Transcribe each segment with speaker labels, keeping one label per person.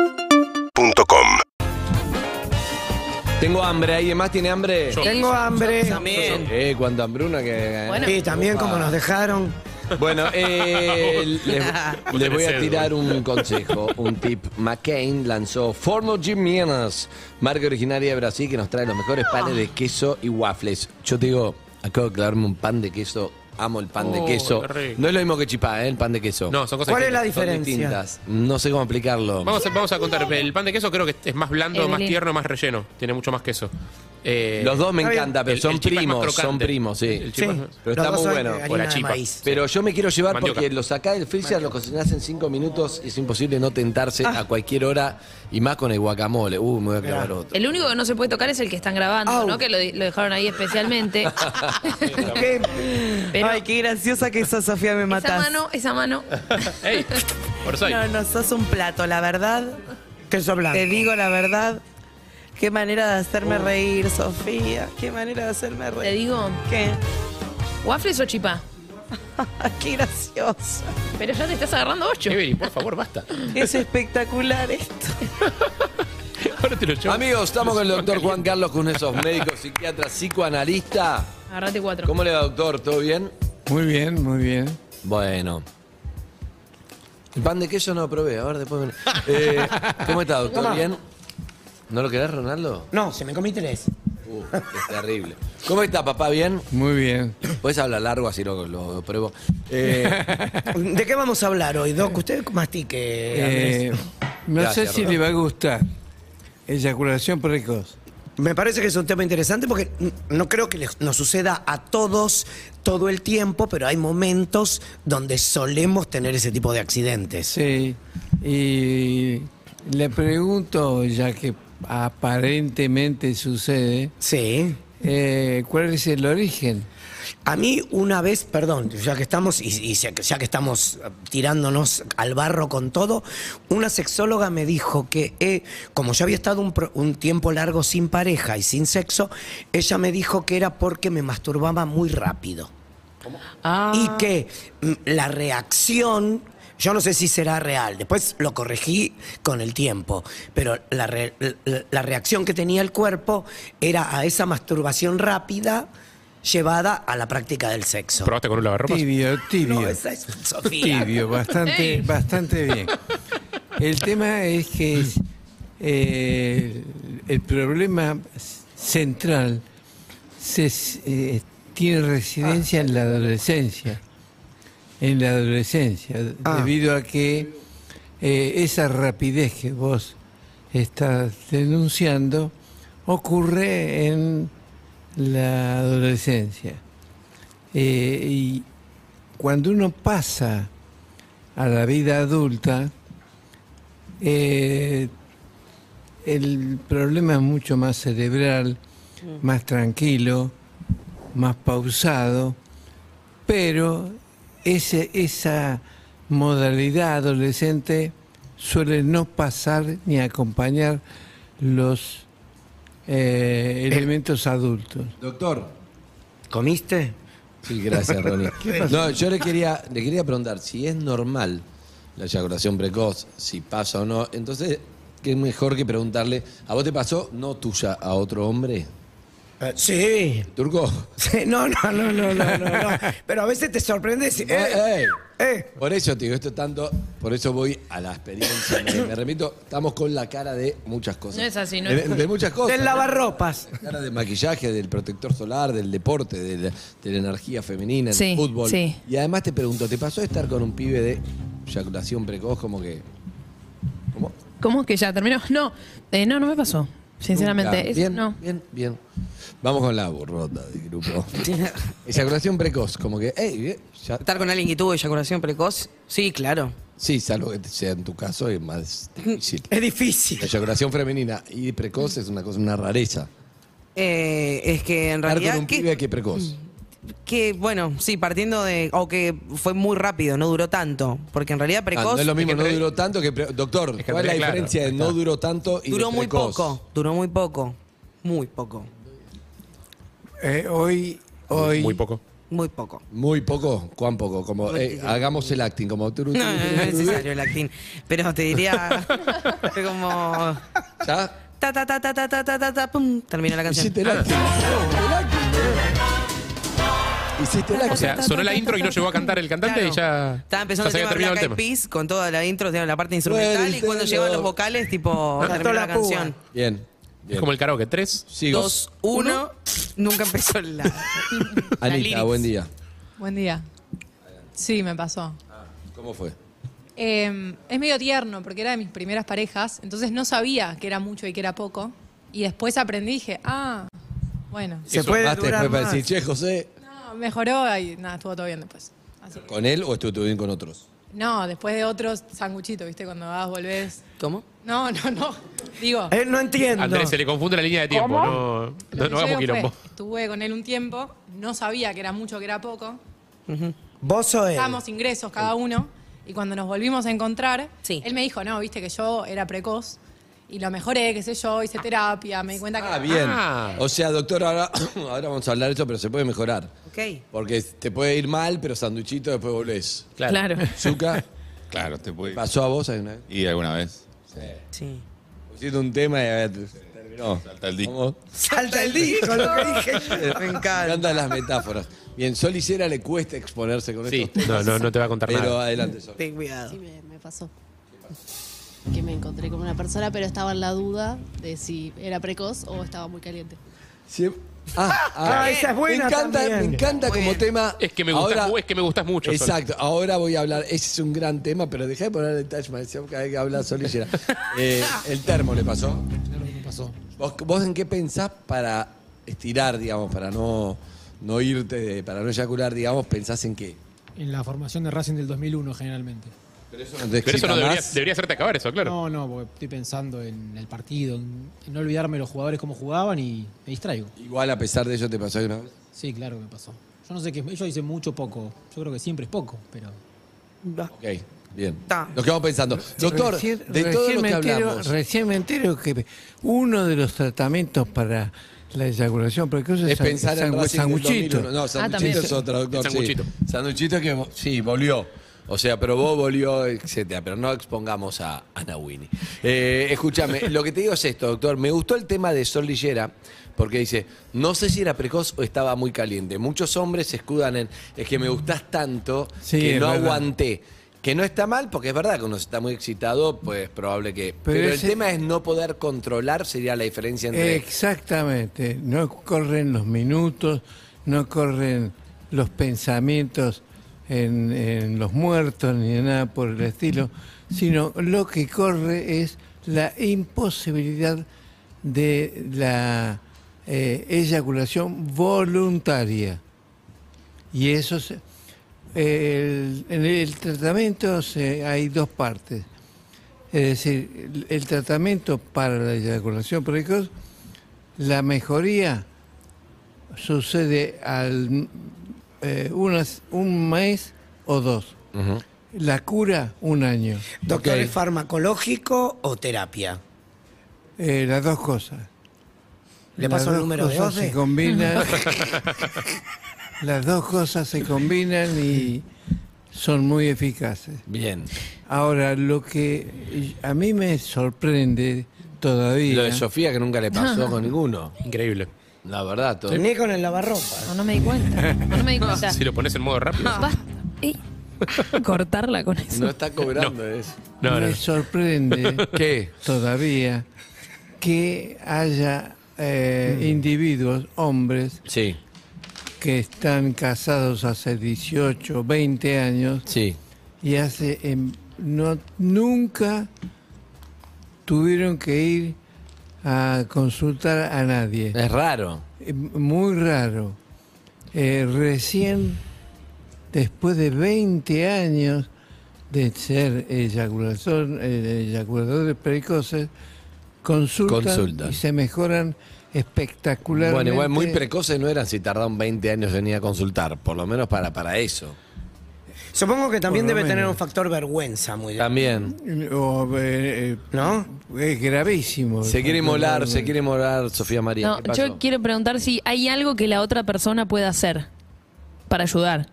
Speaker 1: UrbanaPlayFM.com
Speaker 2: Tengo hambre, ¿alguien más tiene hambre?
Speaker 3: Tengo hambre.
Speaker 4: También.
Speaker 2: Eh, cuánta hambruna que...
Speaker 4: Bueno.
Speaker 3: Sí, también como nos dejaron.
Speaker 2: Bueno, eh, les, les voy a tirar un consejo, un tip. McCain lanzó Formo Jiménez, marca originaria de Brasil que nos trae los mejores panes de queso y waffles. Yo te digo, acabo de clavarme un pan de queso, amo el pan de
Speaker 4: Oh,
Speaker 2: queso.
Speaker 4: qué rico.
Speaker 2: No es lo mismo que chipá, ¿eh? El pan de queso.
Speaker 5: No, son cosas
Speaker 3: ¿Cuál es la
Speaker 5: distintas.
Speaker 2: Son
Speaker 3: diferencia?
Speaker 2: distintas. No sé cómo explicarlo.
Speaker 5: Vamos a, vamos a contar. El pan de queso creo que es más blando, más
Speaker 4: Evelyn.
Speaker 5: tierno, más relleno. Tiene mucho más queso. Eh,
Speaker 2: Los dos me
Speaker 3: Está bien.
Speaker 2: encantan, pero
Speaker 5: El-
Speaker 2: son
Speaker 5: el chipá es más
Speaker 2: primos, son
Speaker 5: crocante.
Speaker 2: primos, sí.
Speaker 5: El chipá
Speaker 3: Sí.
Speaker 5: es más-
Speaker 2: Pero
Speaker 3: Los
Speaker 2: está
Speaker 3: dos
Speaker 2: muy
Speaker 3: son
Speaker 2: bueno.
Speaker 3: de
Speaker 5: O la
Speaker 3: harina de
Speaker 5: chipa.
Speaker 3: maíz.
Speaker 2: Pero yo me quiero llevar
Speaker 5: Mandioca.
Speaker 2: porque lo sacás del freezer, lo cocinás en 5 minutos, es imposible no tentarse a cualquier hora y más con el guacamole. Uh, me voy a clavar otro.
Speaker 4: El único que no se puede tocar es el que están grabando,
Speaker 3: Au.
Speaker 4: ¿no? Que lo, di- lo dejaron ahí especialmente.
Speaker 3: ¿Qué?
Speaker 4: Pero
Speaker 6: Ay, qué graciosa que sos, Sofía, me
Speaker 4: esa
Speaker 6: matás.
Speaker 4: mano, esa mano.
Speaker 5: ¡Ey! Por soy.
Speaker 6: No, no, sos un plato, la verdad.
Speaker 3: Queso blanco.
Speaker 6: Te digo la verdad. Qué manera de hacerme reír, Sofía. Qué manera de hacerme reír.
Speaker 4: Te digo,
Speaker 6: ¿Qué?
Speaker 4: ¿waffles o chipá?
Speaker 6: qué graciosa.
Speaker 4: Pero ya te estás agarrando ocho.
Speaker 5: Evelyn, por favor, basta.
Speaker 6: Es espectacular esto.
Speaker 5: Ahora te lo llevo.
Speaker 2: Amigos, estamos con el doctor Juan Carlos Cunesos, médico, psiquiatra, psicoanalista.
Speaker 4: Agarrate cuatro.
Speaker 2: ¿Cómo le va, doctor? ¿Todo bien?
Speaker 7: Muy bien, muy bien.
Speaker 2: Bueno. El pan de queso no lo probé, a ver después. me- Eh, ¿Cómo está, doctor?
Speaker 3: Toma.
Speaker 2: ¿Bien? ¿No lo querés, Ronaldo?
Speaker 3: No, se me comí tres.
Speaker 2: Uh, es terrible. ¿Cómo está, papá? ¿Bien?
Speaker 7: Muy bien.
Speaker 2: Puedes hablar largo, así lo, lo- lo pruebo. Eh,
Speaker 3: ¿De qué vamos a hablar hoy, Doc? Usted mastique,
Speaker 7: Eh,
Speaker 3: Andrés.
Speaker 7: no
Speaker 2: Gracias,
Speaker 7: sé si
Speaker 2: Roberto.
Speaker 7: le va a gustar. Eyaculación precoz.
Speaker 3: Me parece que es un tema interesante porque n- no creo que les- nos suceda a todos todo el tiempo, pero hay momentos donde solemos tener ese tipo de accidentes.
Speaker 7: Sí. Y le pregunto, ya que aparentemente sucede,
Speaker 3: Sí.
Speaker 7: eh, ¿cuál es el origen?
Speaker 3: A mí una vez, perdón, ya que estamos y, y ya, que- ya que estamos eh, tirándonos al barro con todo, una sexóloga me dijo que eh, como yo había estado un, pro- un tiempo largo sin pareja y sin sexo, ella me dijo que era porque me masturbaba muy rápido
Speaker 4: Ah.
Speaker 3: y que mm, la reacción, yo no sé si será real, después lo corregí con el tiempo, pero la, re- la- la reacción que tenía el cuerpo era a esa masturbación rápida llevada a la práctica del sexo.
Speaker 5: ¿Probaste con un lavarropas?
Speaker 7: Tibio, tibio.
Speaker 3: No, esa es Sofía.
Speaker 7: Tibio, bastante, bastante bien. El tema es que eh, el problema central se, eh, tiene residencia en la adolescencia. En la adolescencia,
Speaker 3: Ah.
Speaker 7: debido a que eh, esa rapidez que vos estás denunciando ocurre en la adolescencia. Eh, y cuando uno pasa a la vida adulta, eh, el problema es mucho más cerebral, más tranquilo, más pausado, pero ese, esa modalidad adolescente suele no pasar ni acompañar los eh, elementos adultos.
Speaker 2: doctor.
Speaker 3: ¿Comiste?
Speaker 2: Sí, gracias, Ronnie. No, yo le quería, le quería preguntar si es normal la eyaculación precoz, si pasa o no. Entonces, ¿qué mejor que preguntarle, ¿a vos te pasó? No tuya, a otro hombre.
Speaker 3: Eh, sí.
Speaker 2: ¿Turco?
Speaker 3: Sí, No, no, no, no, no, no, no. Pero a veces te sorprende. si- eh,
Speaker 2: Eh, eh.
Speaker 3: eh.
Speaker 2: Por eso te digo esto tanto, por eso voy a la experiencia. Me, me remito, estamos con la cara de muchas cosas.
Speaker 4: No es así, ¿no?
Speaker 2: De, de muchas cosas.
Speaker 3: Del lavarropas.
Speaker 2: Cara de maquillaje, del protector solar, del deporte, de la, de la energía femenina,
Speaker 4: Sí,
Speaker 2: del fútbol.
Speaker 4: sí.
Speaker 2: Y además te pregunto, ¿te pasó de estar con un pibe de eyaculación precoz como que... ¿Cómo?
Speaker 4: ¿Cómo que ya terminó? No, eh, no, no me pasó. Sinceramente,
Speaker 2: Nunca.
Speaker 4: eso
Speaker 2: bien,
Speaker 4: no.
Speaker 2: bien, bien. Vamos con la borrota del grupo. eyaculación precoz, como que... "Ey, eh, ya-
Speaker 8: ¿Estar con alguien que tuvo eyaculación precoz? Sí, claro.
Speaker 2: Sí, salvo que sea en tu caso, es más difícil.
Speaker 3: Es difícil.
Speaker 2: La eyaculación femenina y precoz es una cosa, una rareza.
Speaker 8: Eh, es que en
Speaker 2: Estar
Speaker 8: realidad.
Speaker 2: con un
Speaker 8: que-
Speaker 2: pibe que precoz.
Speaker 8: que, bueno, sí, partiendo de. O que fue muy rápido, no duró tanto. Porque en realidad
Speaker 2: Ah,
Speaker 8: precoz.
Speaker 2: no es lo mismo,
Speaker 5: es que
Speaker 2: no
Speaker 5: pre-
Speaker 2: duró tanto que... pre- Doctor,
Speaker 5: Es que
Speaker 2: ¿cuál es la
Speaker 5: pre- claro,
Speaker 2: diferencia de
Speaker 5: ahí
Speaker 2: no
Speaker 5: está.
Speaker 2: duró tanto y de
Speaker 8: duró muy
Speaker 2: precoz?
Speaker 8: poco. Duró muy poco. Muy poco.
Speaker 7: Eh, hoy, hoy
Speaker 5: Muy poco.
Speaker 8: Muy poco.
Speaker 2: Muy poco, cuán poco, como eh, hagamos el acting, como turu, turu,
Speaker 8: No, no, no es necesario el actín. Pero te diría como.
Speaker 2: ¿Ya?
Speaker 8: Ta, ta, ta, ta, ta, ta, ta, ta, ta, pum. Termina la canción.
Speaker 2: Hiciste el acting. El acting, boludo. Hiciste el acting.
Speaker 5: O sea, sonó la intro y no llegó a cantar el cantante y ya.
Speaker 8: Estaba
Speaker 5: ya
Speaker 8: empezando
Speaker 5: se
Speaker 8: el
Speaker 5: había
Speaker 8: tema
Speaker 5: terminado
Speaker 8: Black Eyed Peas con toda la intro, digamos, la parte instrumental
Speaker 2: Bueno,
Speaker 8: y cuando
Speaker 2: Nintendo.
Speaker 8: llevan los vocales, tipo, terminó la,
Speaker 3: la púa.
Speaker 8: canción.
Speaker 2: Bien. bien.
Speaker 5: Es como el karaoke. Tres.
Speaker 2: Sigo.
Speaker 8: Dos, uno, nunca empezó la...
Speaker 2: Anita,
Speaker 8: lyrics.
Speaker 2: buen día.
Speaker 1: Buen día. Sí, me pasó.
Speaker 2: ¿Cómo fue?
Speaker 1: Eh, es medio tierno porque era de mis primeras parejas, entonces no sabía que era mucho y que era poco. Y después aprendí y dije, ah, bueno.
Speaker 3: Se
Speaker 5: Eso,
Speaker 3: puede
Speaker 2: Más
Speaker 3: durar
Speaker 2: después para
Speaker 3: más.
Speaker 2: decir, che, José,
Speaker 1: No, mejoró y nada, estuvo todo bien después. Así que-
Speaker 2: ¿con él o estuvo bien con otros?
Speaker 1: no, después de otros sanguchitos, ¿viste? Cuando vas, volvés.
Speaker 8: ¿Cómo?
Speaker 1: No, no, no. Digo,
Speaker 3: Eh, no entiendo.
Speaker 5: Andrés se le confunde la línea de tiempo. No, no,
Speaker 1: lo que
Speaker 5: no
Speaker 1: yo
Speaker 5: hagamos
Speaker 1: digo fue,
Speaker 5: quilombo.
Speaker 1: estuve con él un tiempo, no sabía que era mucho, que era poco.
Speaker 3: Vos o él.
Speaker 1: Estábamos ingresos cada uno. Y cuando nos volvimos a encontrar,
Speaker 8: Sí.
Speaker 1: él me dijo, no, viste que yo era precoz. Y lo mejoré, qué sé yo, hice terapia, me di cuenta que...
Speaker 2: Ah, bien.
Speaker 5: Ah.
Speaker 2: O sea, doctor, ahora, ahora vamos a hablar de esto, pero se puede mejorar.
Speaker 8: Ok.
Speaker 2: Porque te puede ir mal, pero sanduchito, después volvés.
Speaker 5: Claro.
Speaker 4: Claro.
Speaker 2: Zuka,
Speaker 9: Claro, te puede.
Speaker 2: ¿pasó a vos alguna vez?
Speaker 9: Y alguna vez.
Speaker 8: Sí.
Speaker 2: Pusiste un tema y a ver, terminó.
Speaker 9: Salta el disco.
Speaker 2: ¿Cómo?
Speaker 3: Salta el disco, lo que dije.
Speaker 8: Me
Speaker 2: Me
Speaker 8: encanta.
Speaker 2: encantan las metáforas. Bien, Sol y Cera le cuesta exponerse con
Speaker 5: Sí,
Speaker 2: estos temas.
Speaker 5: no, no, no te va a contar
Speaker 2: Pero
Speaker 5: nada.
Speaker 2: adelante, Sol.
Speaker 8: Ten cuidado.
Speaker 10: Sí, me, me pasó. Que me encontré con una persona, pero estaba en la duda de si era precoz o estaba muy caliente.
Speaker 2: Sie- Ah, ah,
Speaker 3: Ah, esa es buena
Speaker 2: Me encanta,
Speaker 3: también.
Speaker 2: me encanta
Speaker 8: Muy
Speaker 2: como
Speaker 8: bien.
Speaker 2: tema.
Speaker 5: Es que me gustas,
Speaker 2: Ahora-
Speaker 5: mu- es que me gustas mucho. Sol.
Speaker 2: Exacto, ahora voy a hablar, ese es un gran tema, pero dejá de poner el touch, me decía que hay que hablar Sol y Gerard. Eh, el termo le pasó. ¿Vos, vos en qué pensás para estirar, digamos, para no, no irte, de- para no eyacular, digamos, pensás en qué?
Speaker 11: En la formación de Racing del 2001, generalmente.
Speaker 5: Pero eso no debería, debería hacerte acabar eso, claro.
Speaker 11: No, no, porque estoy pensando en el partido, en, en no olvidarme los jugadores cómo jugaban y me distraigo.
Speaker 2: Igual a pesar de eso te pasó alguna vez.
Speaker 11: Sí, claro que me pasó. Yo no sé qué. Ellos dicen mucho poco. Yo creo que siempre es poco, pero.
Speaker 2: Ok, bien.
Speaker 8: Ta.
Speaker 2: Nos quedamos pensando. Doctor,
Speaker 7: Recién-
Speaker 2: de todo
Speaker 7: recién
Speaker 2: lo
Speaker 7: me
Speaker 2: que
Speaker 7: entero-
Speaker 2: hablamos.
Speaker 7: Recién me entero que uno de los tratamientos para la eyaculación precoz
Speaker 2: Es pensar en
Speaker 7: sangu-
Speaker 2: Racing del 2001.
Speaker 7: sanguchito.
Speaker 2: No,
Speaker 4: también.
Speaker 2: Sanduchito es otro, doctor.
Speaker 5: El sanguchito.
Speaker 2: sí. Sanduchito que, vo- sí, volvió. O sea, probó, volvió, etcétera. Pero no expongamos a Ana Winnie. Eh, escúchame, lo que te digo es esto, doctor. Me gustó el tema de Sol Lillera, porque dice, no sé si era precoz o estaba muy caliente. Muchos hombres se escudan en, es que me gustás tanto
Speaker 7: Sí,
Speaker 2: que
Speaker 7: es
Speaker 2: no
Speaker 7: verdad.
Speaker 2: aguanté. Que no está mal, porque es verdad que uno está muy excitado, pues probable que... Pero,
Speaker 7: Pero
Speaker 2: el
Speaker 7: ese-
Speaker 2: tema es no poder controlar, sería la diferencia entre...
Speaker 7: Exactamente. No corren los minutos, no corren los pensamientos en, en los muertos ni nada por el estilo, sino lo que corre es la imposibilidad de la eh, eyaculación voluntaria. Y eso se- el- en el tratamiento se- hay dos partes. Es decir, el, el tratamiento para la eyaculación precoz, la mejoría sucede al eh, unas- un mes o dos. La cura, un año.
Speaker 3: Doctor,
Speaker 2: Ok.
Speaker 3: ¿es farmacológico o terapia?
Speaker 7: Eh, las dos cosas.
Speaker 3: ¿Le
Speaker 7: Las
Speaker 3: paso el
Speaker 7: dos
Speaker 3: número de
Speaker 7: cosas
Speaker 3: orden?
Speaker 7: se combinan. las dos cosas se combinan y son muy eficaces.
Speaker 2: Bien.
Speaker 7: Ahora, lo que a mí me sorprende todavía.
Speaker 2: Lo de Sofía que nunca le pasó con ninguno.
Speaker 5: Increíble.
Speaker 2: La verdad, todo.
Speaker 3: Ni con el lavarropa.
Speaker 4: No, no me di cuenta. No, no me di cuenta.
Speaker 5: Si lo pones en modo rápido.
Speaker 4: Basta. Ey, cortarla con eso.
Speaker 2: No está cobrando eso.
Speaker 5: No, no.
Speaker 7: me sorprende
Speaker 2: ¿Qué?
Speaker 7: todavía que haya eh, individuos, hombres,
Speaker 2: Sí,
Speaker 7: que están casados hace 18, 20 años
Speaker 2: sí.
Speaker 7: y hace em, no nunca tuvieron que ir a consultar a nadie.
Speaker 2: Es raro.
Speaker 7: Eh, Muy raro. Eh, recién, después de 20 años de ser eyaculación- eh, eyaculadores precoces, consultan
Speaker 2: Consultan.
Speaker 7: y se mejoran espectacularmente.
Speaker 2: Bueno, igual muy precoces no eran si tardaron 20 años en ir a consultar, por lo menos para, para eso.
Speaker 3: Supongo que también
Speaker 7: Por lo
Speaker 3: debe tener
Speaker 7: menos.
Speaker 3: un factor vergüenza muy grande.
Speaker 2: También.
Speaker 7: O, eh, eh,
Speaker 3: ¿No?
Speaker 7: es gravísimo.
Speaker 2: Se quiere molar, se quiere molar Sofía María.
Speaker 4: No,
Speaker 2: ¿Qué pasó?
Speaker 4: yo quiero preguntar si hay algo que la otra persona pueda hacer. para ayudar.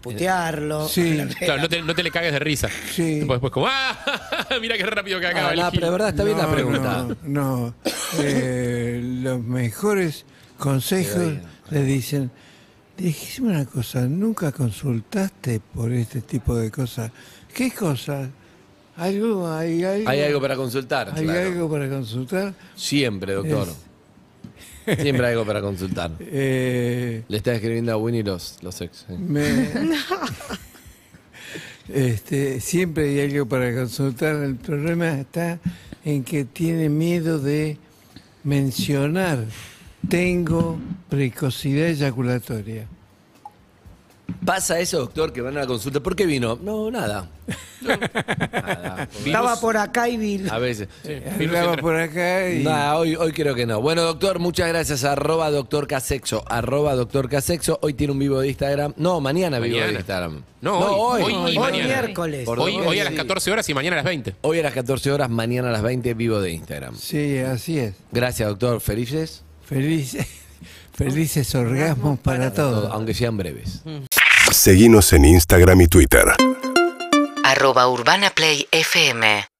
Speaker 3: Putearlo.
Speaker 7: Sí.
Speaker 5: Claro, no te, no te le cagues de risa.
Speaker 7: Sí.
Speaker 5: Después, después como, ¡ah! Mira qué rápido que acaba
Speaker 2: Ah,
Speaker 5: el
Speaker 2: no,
Speaker 5: gil.
Speaker 2: pero de verdad está bien la
Speaker 7: No,
Speaker 2: pregunta.
Speaker 7: No, no. Eh, los mejores consejos le dicen, dijiste una cosa, nunca consultaste por este tipo de cosas. ¿Qué cosas? ¿Algo, hay, algo,
Speaker 2: Hay algo para consultar.
Speaker 7: hay
Speaker 2: claro.
Speaker 7: algo para consultar?
Speaker 2: Siempre, doctor. Siempre hay algo para consultar.
Speaker 7: Eh,
Speaker 2: Le está escribiendo a Winnie los, los ex. sí.
Speaker 7: me- este, siempre hay algo para consultar. El problema está en que tiene miedo de mencionar. Tengo precocidad eyaculatoria.
Speaker 2: ¿Pasa eso, doctor, que van a la consulta? ¿Por qué vino? No, nada.
Speaker 3: Estaba por acá y vi.
Speaker 2: A veces.
Speaker 7: Hablaba por acá y...
Speaker 2: Nah, hoy, hoy creo que no. Bueno, doctor, muchas gracias. Arroba doctor Casexo. Arroba doctor Casexo. Hoy tiene un vivo de Instagram. No, mañana, vivo de
Speaker 5: Mañana.
Speaker 2: Instagram.
Speaker 5: No, hoy. Hoy y
Speaker 3: Hoy
Speaker 5: mañana.
Speaker 3: miércoles.
Speaker 2: Por
Speaker 5: Hoy,
Speaker 2: dos
Speaker 5: hoy a
Speaker 2: veces.
Speaker 5: las 14 horas y mañana a las 20.
Speaker 2: Hoy a las 14 horas, mañana a las 20, vivo de Instagram.
Speaker 7: Sí, así es.
Speaker 2: Gracias, doctor. Felices.
Speaker 7: Felices, felices orgasmos para todos.
Speaker 2: Aunque sean breves.
Speaker 9: Seguinos en Instagram y Twitter.
Speaker 12: Arroba Urbana Play FM